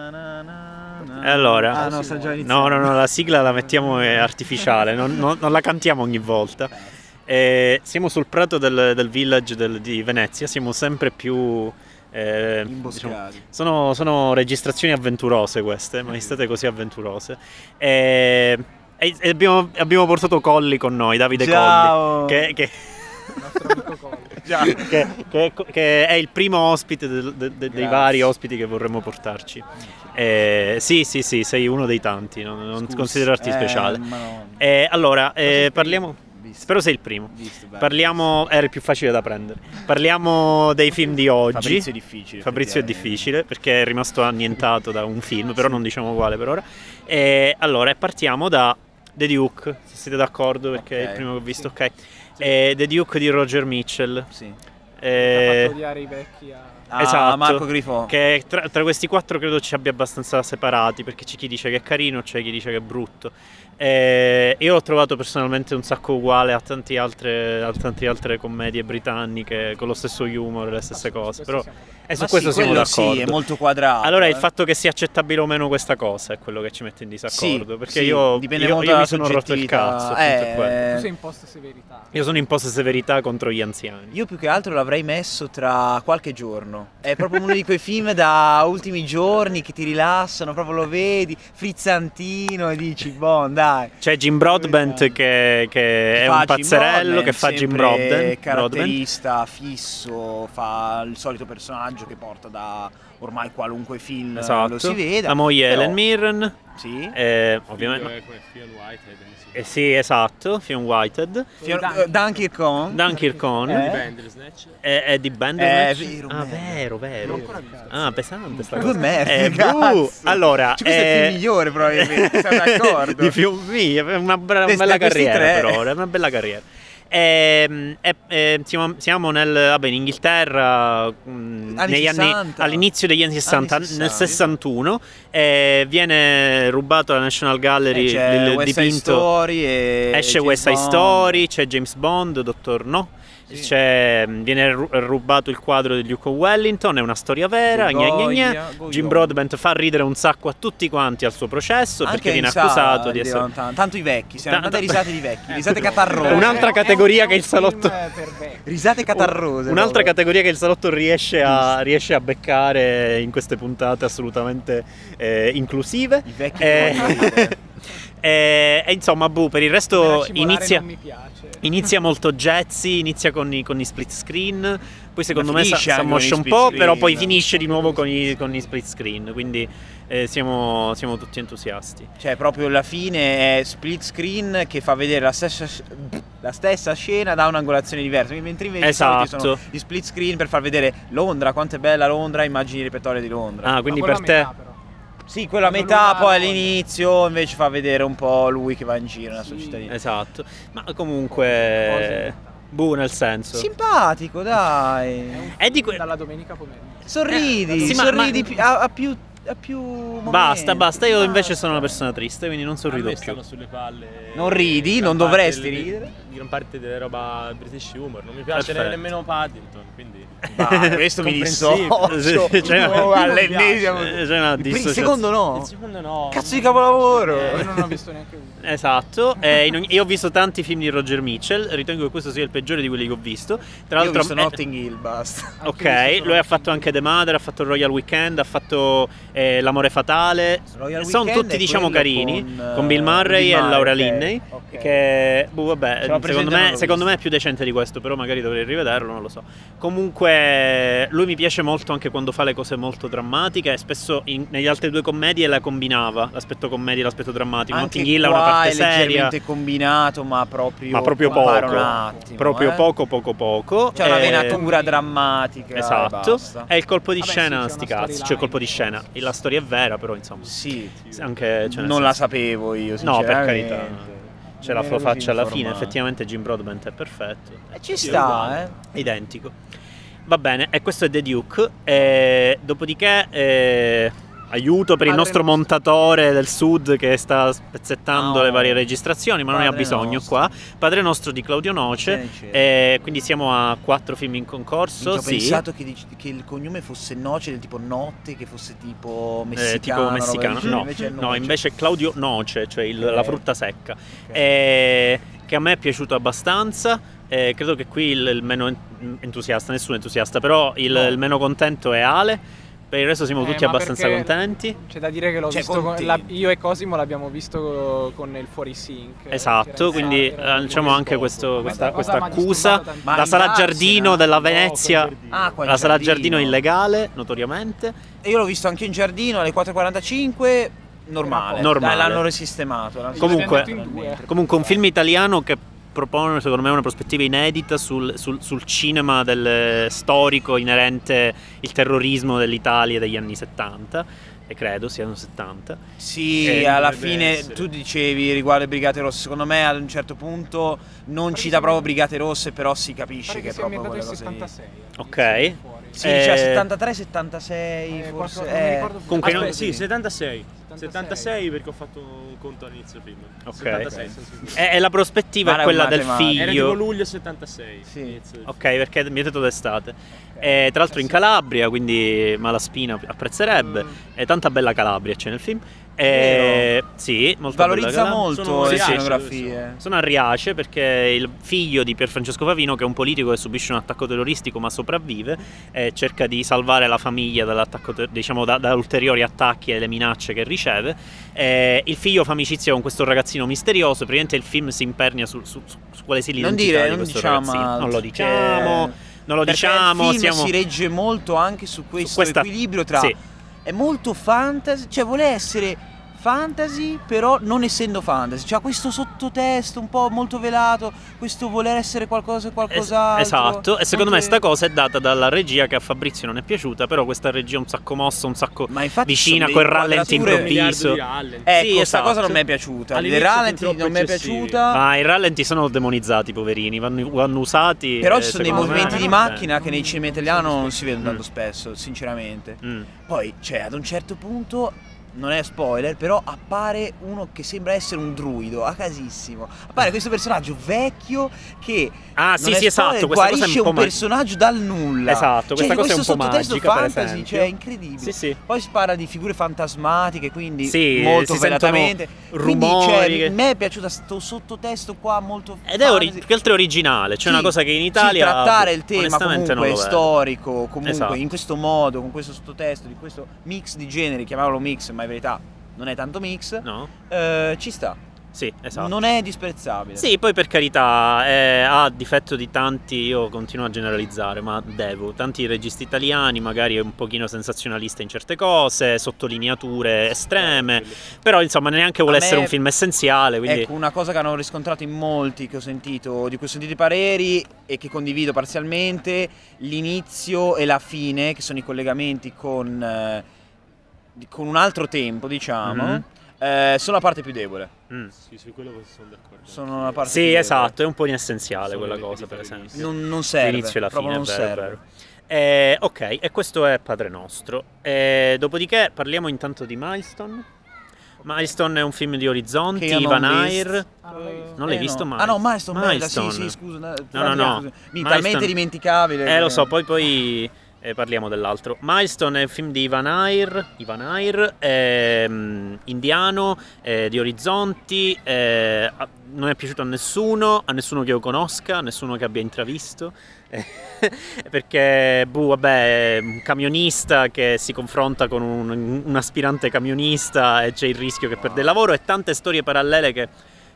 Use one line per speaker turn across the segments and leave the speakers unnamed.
E allora,
Ah, no, sta già iniziando.
no, no, no, la sigla la mettiamo è artificiale, non, non- non la cantiamo ogni volta. Eh, siamo sul prato del, del village del- di Venezia, siamo sempre più... eh, diciamo,
Imboscati.
sono, sono registrazioni avventurose queste, ma state così avventurose. Eh, E, e abbiamo, abbiamo portato Colli con noi, Davide
Ciao.
Colli, che, che-
nostro amico Colli.
Già.
Diciamo, che- che- che è il primo ospite del- de- de- dei
Grazie.
vari ospiti che vorremmo portarci. Eh, sì, sì, sì, sei uno dei tanti, non, non
Scusi.
considerarti
Eh,
speciale.
ma no.
Eh, allora, eh,
Sei il primo.
parliamo...
Visto.
Spero sei il primo.
Visto, bello.
Parliamo... Era il più facile da prendere. Parliamo dei film di oggi.
Fabrizio è difficile.
Fabrizio è
effettivamente.
difficile perché è rimasto annientato da un film, però non diciamo quale per ora. E allora eh, partiamo da The Duke, se siete d'accordo perché è il
Ok.
primo che ho visto,
Sì.
ok. Eh, The Duke di Roger Mitchell.
Sì.
Ha
Eh,
fatto odiare i vecchi a...
Ah,
Esatto.
Marco Grifo.
che tra, tra questi quattro credo ci abbia abbastanza separati perché c'è chi dice che è carino, c'è chi dice che è brutto. Eh, io l'ho trovato personalmente un sacco uguale a tante altre, a tante altre commedie britanniche con lo stesso humor e le stesse cose. Però, e su
Ma
questo
sì,
siamo
quello
d'accordo.
Sì, è molto quadrato.
Allora il
eh.
fatto che sia accettabile o meno questa cosa è quello che ci mette in disaccordo,
Sì,
perché
sì,
io,
dipende
io-
molto
io mi
dalla
sono rotto il
soggettività.
cazzo. appunto, è quello.
Tu
Eh,
sei imposta severità.
Io sono in posta severità contro gli anziani.
Io più che altro l'avrei messo tra qualche giorno. È proprio uno di quei film da ultimi giorni che ti rilassano, proprio lo vedi, frizzantino e dici, bon, dai.
C'è Jim Broadbent che, che è
eh, Fa
un
Jim
pazzerello
Broadbent,
che fa Jim
sempre
Broadbent. Broadbent.
Caratterista fisso, fa il solito personaggio che porta da ormai qualunque film lo si veda.
Esatto. La moglie
Però-
Ellen Mirren,
Sì.
eh,
Figlio
ovviamente.
è come Fiel Whitehead, mi si
eh sì, esatto, Fionn Whitehead.
Fior- eh, Dunkirk Con.
Dunkirk Cohn.
Eh?
Bandersnatch.
È, è di Bandersnatch?
Eh, vero,
ah,
merda.
vero, vero.
Cioè. Non ancora visto.
Ah, pesante sta
Due
cosa.
merda,
Eh,
cazzo.
uh, allora,
Cioè, questo è il
eh,
film migliore, probabilmente, siamo d'accordo.
di più, sì, è una, bra-
Da-
bella
da questi
carriera
tre.
per ora, è una bella carriera. Ehm, e- e siamo, siamo nel, vabbè, in Inghilterra mh,
Anni
negli
60.
all'inizio degli anni 60,
Anni 60.
nel 61, eh, viene rubato alla National Gallery
Eh, c'è
il
West Side
dipinto
Story e
Esce
Eh, James
West Side
Bond.
Story, c'è James Bond, Dottor No.
Sì.
C'è, mh, viene ru- rubato il quadro di Luke Wellington, è una storia vera.
Di
gna gna
Goya,
gna.
Goya.
Jim Broadbent fa ridere un sacco a tutti quanti al suo processo
Anche
perché viene
in sala
accusato di
ridevano
essere.
tan- tanto i vecchi, siamo
Tanto-
andate risate di vecchi, risate
Però
catarrose.
Un'altra
È un-
categoria
è un
che il salotto-
film per vecchi.
risate catarrose.
Un'altra
proprio.
categoria che il salotto riesce a, riesce a beccare in queste puntate assolutamente eh, inclusive.
i vecchi
Eh,
che vogliono ridere.
eh, e insomma, Bu, per il
Me la
resto
scivolare
inizia.
Non mi piace.
Inizia molto jazzy, inizia con i, con i split screen, poi secondo
Ma
me sa,
finisce
sa
anche con
moscia
gli
un
split
po',
screen.
però poi finisce di nuovo con i, con gli split screen, quindi eh, siamo, siamo tutti entusiasti.
Cioè, proprio la fine è split screen che fa vedere la stessa, la stessa scena da un'angolazione diversa. Mentre invece di solito ci sono
Esatto.
gli split screen per far vedere Londra, quanto è bella Londra, immagini repertorie di Londra.
Ah, quindi
Ma
per
quello a
te...
metà, però.
Sì, quello a
Quando
metà,
lui va
poi
a Londra.
all'inizio invece fa vedere un po' lui che va in giro nella sua
Sì.
cittadina.
Esatto, ma
Cose in
comunque...
metà.
Buh, nel senso...
Simpatico,
È un
dai.
È di
film
que-
dalla domenica pomeriggio.
Sorridi,
Sì, ma-
sorridi
ma-
pi- a, a più a più momenti.
Basta, basta, io invece
Basta.
sono una persona triste, quindi non sorrido
A me
più.
stanno sulle palle.
Non ridi,
gran
non
parte
dovresti
delle-
ridere.
di Gran parte della roba British humor, non mi piace
Perfetto.
nemmeno Paddington, quindi
Bah, questo mi
Comprensibile.
dissocio.
Sì, cioè-
Oh, all'ennesimo.
Eh, c'è una
Il pri-
dissociazione.
secondo
il
no.
secondo no.
Oh. Cazzo di capolavoro.
Eh, Io non ho visto neanche uno.
Esatto, eh, in ogni- io ho visto tanti film di Roger Mitchell, ritengo che questo sia il peggiore di quelli che ho visto. Tra
Io ho
l'altro,
visto
eh,
Notting Hill, basta.
Anche io
ok,
sono
lui ha
un
fatto
film.
anche The Mother, ha fatto Royal Weekend, ha fatto eh, L'amore fatale.
Royal
Sono
Weekend
tutti
è
diciamo
quello
carini,
con,
con,
eh,
Bill Murray
Bill
e
Murray,
Laura
ok,
Linney.
ok.
Che, boh, vabbè,
Ce l'ho
secondo
presente, non
me,
l'ho
secondo me è
visto.
più decente di questo, però magari dovrei rivederlo, non lo so. Comunque, lui mi piace molto anche quando fa le cose molto drammatiche. e Spesso in- negli altri due commedie la combinava, l'aspetto commedia e l'aspetto drammatico.
Anche
Notting Hill ha
qua
una parte
è
seria.
leggermente combinato, ma proprio
Ma proprio
compare
poco.
un attimo,
proprio
eh. Cioè,
poco poco poco
C'è una
Eh,
venatura drammatica. e
esatto
basta.
è il colpo di
Vabbè, sì,
scena
c'è
sti
una
cazzi cioè il colpo di
storyline.
scena E la storia è vera però insomma
Sì.
anche cioè, nel
non la
senso-
sapevo io,
no per
sinceramente.
carità c'è
Non
la
mi
sua
ero
faccia alla fine
informato.
effettivamente Jim Broadbent è perfetto
Eh, ci
Sì, è
sta,
uguale.
eh.
identico va bene e questo è The Duke E dopodiché eh, aiuto per il
Padre
nostro montatore del sud che sta spezzettando
No.
le varie registrazioni, ma non ne ha
Padre
bisogno
nostro. certo.
qua. Padre nostro di Claudio Noce.
Vieni, c'è.
Eh, quindi siamo a quattro film in concorso.
Minchia, Ho
sì.
pensato che, dic- che il cognome fosse Noce, del tipo Notte, che fosse tipo messicano.
Eh, tipo
roba del
messicano,
genere,
no,
invece è
no,
Noce.
invece Claudio Noce, cioè il- la
Ok.
frutta secca,
Ok.
eh, che a me è piaciuto abbastanza. eh, credo che qui il, il meno en- entusiasta, nessuno è entusiasta, però il,
No.
il meno contento è Ale. Per il resto siamo
Eh,
tutti
ma
abbastanza
perché-
contenti.
C'è da dire che l'ho
Cioè,
visto con-
contenti.
la- io e Cosimo l'abbiamo visto con il fuori sync. eh, c'era
Esatto,
in
quindi
sala, era
eh, diciamo anche
scopo.
questo-
Ma
questa,
Questa
questa
cosa m'ha
accusa.
disturbato
Ma
La
in
sala
Lazio,
giardino
no?
della
No, quel
Venezia,
giardino.
Ah, qua in
la sala
giardino.
giardino illegale, notoriamente.
E io l'ho visto anche in giardino alle 4.45, normale.
Normale.
Dai, l'hanno risistemato. l'hanno
Comunque-
risistemato totalmente.
Comunque un film italiano che propone secondo me una prospettiva inedita sul, sul- sul cinema del eh, storico inerente il terrorismo dell'Italia degli anni 70 e credo siano 70
Sì,
Eh,
alla
dovrebbe
fine
essere.
tu dicevi riguardo le Brigate Rosse, secondo me ad un certo punto non
Pare
ci
che
dà
sia-
proprio Brigate Rosse, però si
Pare
capisce
che
che è
sia
proprio
ambientato
quella
nel
cosa lì.
76.
Ok.
all'inizio, fuori.
Sì,
Eh,
c'è 73, 76,
Eh,
forse.
qualcosa- non mi ricordo
Comunque
Aspetta,
non-
sì, 76.
76.
76 perché ho fatto un conto all'inizio film.
Ok.
76, sono sicuro.
e, e la prospettiva
Mara
è
è
quella
un
del
matematico.
Era tipo
figlio
luglio 76.
Sì.
inizio del
ok perché mi avete detto d'estate Eh, tra l'altro in Calabria quindi Malaspina apprezzerebbe e tanta bella Calabria c'è nel film Eh, sì molto bella
Valorizza
Calabria.
molto
Sono
le
asiatici,
scenografie.
Sono a Riace perché il figlio di Pierfrancesco Favino, che è un politico che subisce un attacco terroristico ma sopravvive, eh, cerca di salvare la famiglia dall'attacco ter- diciamo, da, da ulteriori attacchi e le minacce che riceve. Eh, il figlio fa amicizia con questo ragazzino misterioso, praticamente il film si impernia su, su, su- su quale sia l'identità
Non dire,
di
non
questo
diciamo
ragazzino.
altro,
Non lo
perché-
diciamo, non lo
perché
diciamo,
il film
siamo...
si regge molto anche su questo
questa-
equilibrio tra
Sì.
è molto fantasy, cioè vuole essere fantasy però non essendo fantasy, cioè questo sottotesto un po' molto velato, questo voler essere qualcosa e
Es-
qualcos'altro.
esatto, e secondo me
Anche-
sta cosa è data dalla regia che a Fabrizio non è piaciuta, però questa regia è un sacco mossa, un sacco
Ma infatti
vicina,
sono
quel
delle
rallenti
inquadrature-
film. Un
improvviso.
miliardo di Allen.
Ecco,
Sì,
sta cosa
esatto.
non mi è piaciuta. Le
All'inizio
ralenti
fin troppo
non mi è
eccessivi.
piaciuta.
Ma i rallenti sono demonizzati, poverini, vanno, vanno usati.
Però
eh,
ci sono dei
secondo
me-
movimenti
me.
di
Eh.
macchina che nei cinema italiano non si vedono
Mm.
tanto spesso, sinceramente.
Mm.
Poi, cioè, ad un certo punto, non è spoiler, però appare uno che sembra essere un druido, a casissimo. Appare questo personaggio vecchio che
Eh. Ah,
non
sì,
è spoiler,
sì, esatto. Questa cosa è
guarisce
un po'
un
ma-
personaggio dal nulla. Cioè,
Esatto, questa cosa è un
questo
po'
sottotesto
magica. per
fantasy,
esempio.
cioè, è incredibile.
Sì, sì.
Poi si parla di figure fantasmatiche, quindi
Sì,
molto
si sentono
velatamente. Quindi, cioè,
rumori che-
a me è piaciuto sto sottotesto qua molto
Ed è ori-
fantasy.
più che altro è originale, cioè
Sì,
una cosa che in
sì,
Italia.
trattare il tema
onestamente non
comunque
lo vedo.
storico, comunque
Esatto.
in questo modo, con questo sottotesto, di questo mix di generi, chiamiamolo mix, ma in verità non è tanto mix,
No?
eh, ci sta.
Sì, esatto.
Non è disprezzabile.
Sì, poi per carità, eh, ha difetto di tanti, io continuo a generalizzare, ma devo, tanti registi italiani, magari un pochino sensazionalista in certe cose, sottolineature estreme, però insomma neanche vuole
A me-
essere un film essenziale, quindi...
Ecco, una cosa che hanno riscontrato in molti che ho sentito, di cui ho sentito i pareri e che condivido parzialmente, l'inizio e la fine, che sono i collegamenti con, eh, di- con un altro tempo, diciamo,
Mhm.
eh, sono la parte più debole.
Mm.
Sì, su quello sono d'accordo.
Sono
anch'io.
una parte-
Sì,
Partire,
esatto, è un po' inessenziale
Sono
quella
le
cosa, per
periferiche.
esempio.
Non, non serve.
L'inizio e la
proprio
fine, è
non
vero, è
serve.
vero. Eh, ok, e questo è Padre Nostro. Eh, dopodiché parliamo intanto di Milestone. Milestone è un film di Orizzonti,
Che io non
Ivan
ho
Ayer.
visto.
Ah, non l'hai visto?
Non l'hai
Eh,
visto
no.
mai?
Ah no, Milestone, merda,
Milestone.
sì, sì, scusa. No,
no, no.
Mi
Milestone.
talmente dimenticabile.
Eh,
che-
lo so, poi, poi eh, parliamo dell'altro. Milestone è un film di Ivan Ayer, Ivan Ayer, ehm, indiano, eh, di orizzonti, eh, a- non è piaciuto a nessuno, a nessuno che io conosca, a nessuno che abbia intravisto. eh, Perché, boh, vabbè, è un camionista che si confronta con un, un aspirante camionista e c'è il rischio che perde il lavoro e tante storie parallele che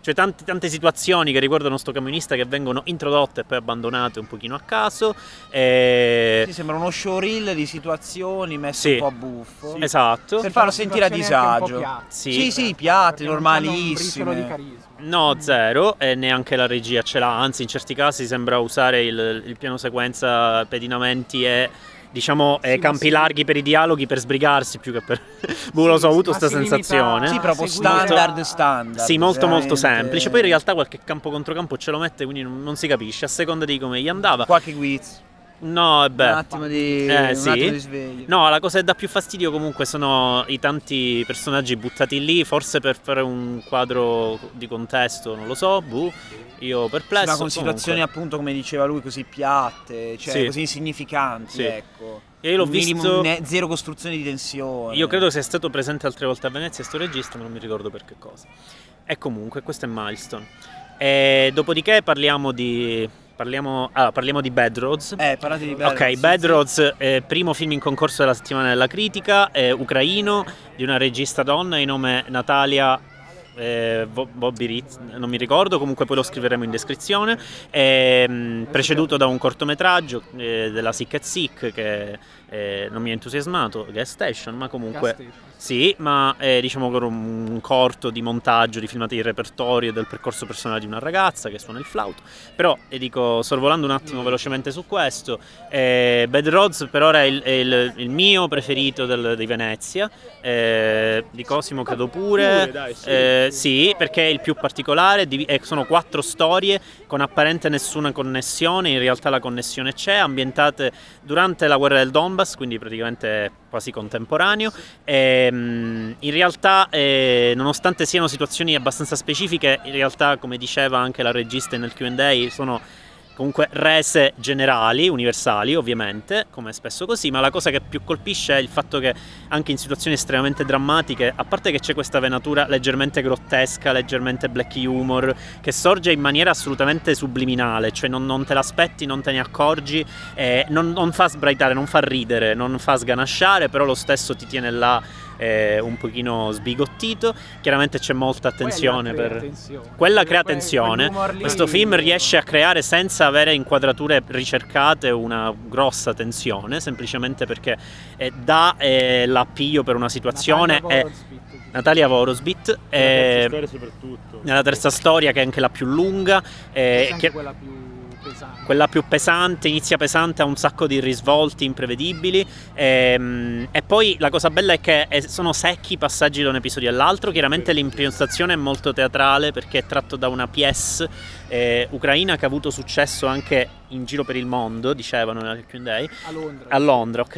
cioè tante, tante situazioni che riguardano sto camionista che vengono introdotte e poi abbandonate un pochino a caso. E...
Sì, sembra uno showreel di situazioni messo
Sì.
un po' a buffo.
Esatto.
Per farlo sentire a
Situazioni anche un po'
disagio.
piatte,
Sì.
Sì, sì,
perché
piatti,
non hanno un
normalissime.
briciolo di carisma.
No,
Mm.
zero, e neanche la regia ce l'ha, anzi in certi casi sembra usare il, il piano sequenza, pedinamenti e diciamo
Sì,
eh,
ma
campi
sì.
larghi per i dialoghi per sbrigarsi più che per... boh, lo so, ho avuto
ma
questa
si limita-
sensazione.
Sì, proprio
Seguire-
standard, standard.
esatto. Sì, molto molto
veramente.
semplice, poi in realtà qualche campo contro campo ce lo mette, quindi non, non si capisce, a seconda di come gli andava.
Qualche guiz.
No, è
un
bello.
attimo di,
Eh,
un
sì.
attimo di sveglio.
No, la cosa che dà più fastidio comunque sono i tanti personaggi buttati lì, forse per fare un quadro di contesto, non lo so, buh, io perplesso.
Ma con situazioni
comunque.
appunto come diceva lui così piatte, cioè
Sì.
così insignificanti,
Sì.
ecco.
Io l'ho
Un minimo-
visto...
ne- zero costruzione di tensione.
Io credo sia stato presente altre volte a Venezia sto regista, ma non mi ricordo per che cosa. E comunque, questo è Milestone. E dopodiché parliamo di. Parliamo, ah, parliamo di Bad Roads.
Eh, parlate di Bad
Ok,
Roads.
Bad Roads, eh, primo film in concorso della settimana della critica, eh, ucraino, di una regista donna di nome Natalia eh, Vo- Bobby Ritz, non mi ricordo, comunque poi lo scriveremo in descrizione, ehm, preceduto da un cortometraggio eh, della Sick at Sick che eh, non mi ha entusiasmato, Gas Station, ma comunque... Sì, ma eh, diciamo con un un corto di montaggio, di filmati di repertorio e del percorso personale di una ragazza che suona il flauto. Però, e dico, sorvolando un
Mm.
attimo velocemente su questo, eh, Bad Roads per ora è il, è il- il mio preferito del- di Venezia, eh, di Cosimo credo pure.
dai, sì.
Eh, sì, perché è il più particolare, divi- eh, sono quattro storie con apparente nessuna connessione, in realtà la connessione c'è, ambientate durante la guerra del Donbass, quindi praticamente quasi contemporaneo. Ehm, in realtà, eh, nonostante siano situazioni abbastanza specifiche, in realtà, come diceva anche la regista nel QA, sono comunque rese generali, universali ovviamente, come è spesso così, ma la cosa che più colpisce è il fatto che anche in situazioni estremamente drammatiche, a parte che c'è questa venatura leggermente grottesca, leggermente black humor, che sorge in maniera assolutamente subliminale, cioè non, non te l'aspetti, non te ne accorgi, eh, non, non fa sbraitare, non fa ridere, non fa sganasciare, però lo stesso ti tiene là eh, un pochino sbigottito. Chiaramente c'è molta attenzione per... Quella crea tensione. Questo film riesce a creare senza avere inquadrature ricercate una grossa tensione, semplicemente perché eh, dà eh, l'appiglio per una situazione. e- Natalia Vorosbit
Nella terza
eh,
storia soprattutto.
nella terza storia, che è anche la più lunga, eh,
è
Esatto.
che-
quella più pesante.
quella più pesante, inizia pesante, ha un sacco di risvolti imprevedibili. ehm, e poi la cosa bella è che eh, sono secchi i passaggi da un episodio all'altro. Chiaramente l'improntazione è molto teatrale perché è tratto da una pièce eh, ucraina che ha avuto successo anche in giro per il mondo, dicevano nella QA.
a Londra.
A Londra, ok.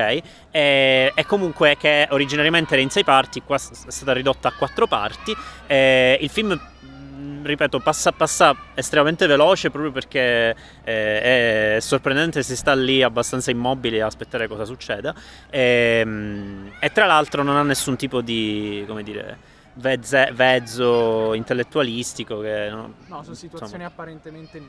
E, e comunque che originariamente era in sei parti, qua s- è stata ridotta a quattro parti. E il film, mh, ripeto, passa, passa estremamente veloce proprio perché eh, è sorprendente si sta lì abbastanza immobile a aspettare cosa succeda. E, mh, e tra l'altro non ha nessun tipo di, come dire, vezze- vezzo intellettualistico che... no,
no, sono situazioni
insomma,
apparentemente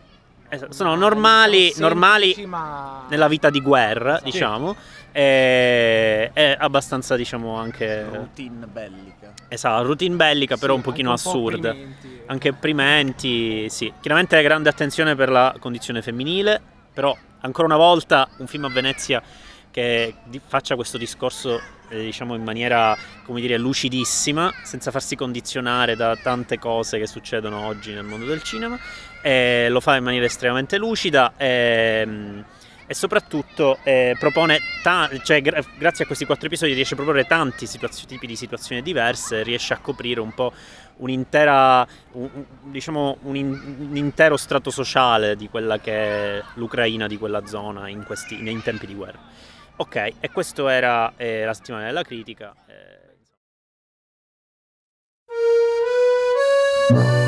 es- sono normali,
semplici,
normali
ma
nella vita di guerra,
Esatto.
diciamo, e- è abbastanza, diciamo, anche
routine bellica.
esatto, routine bellica,
Sì,
però un pochino
anche po'
assurda.
opprimenti. eh.
anche opprimenti, sì. Chiaramente grande attenzione per la condizione femminile, però ancora una volta un film a Venezia che di- faccia questo discorso eh, diciamo in maniera come dire lucidissima senza farsi condizionare da tante cose che succedono oggi nel mondo del cinema Eh, lo fa in maniera estremamente lucida ehm, e soprattutto eh, propone ta- cioè, gra- grazie a questi quattro episodi riesce a proporre tanti situazio- tipi di situazioni diverse riesce a coprire un po' un'intera un- un- diciamo un, in- un intero strato sociale di quella che è l'Ucraina di quella zona in, questi, in tempi di guerra ok e questo era eh, la settimana della critica eh.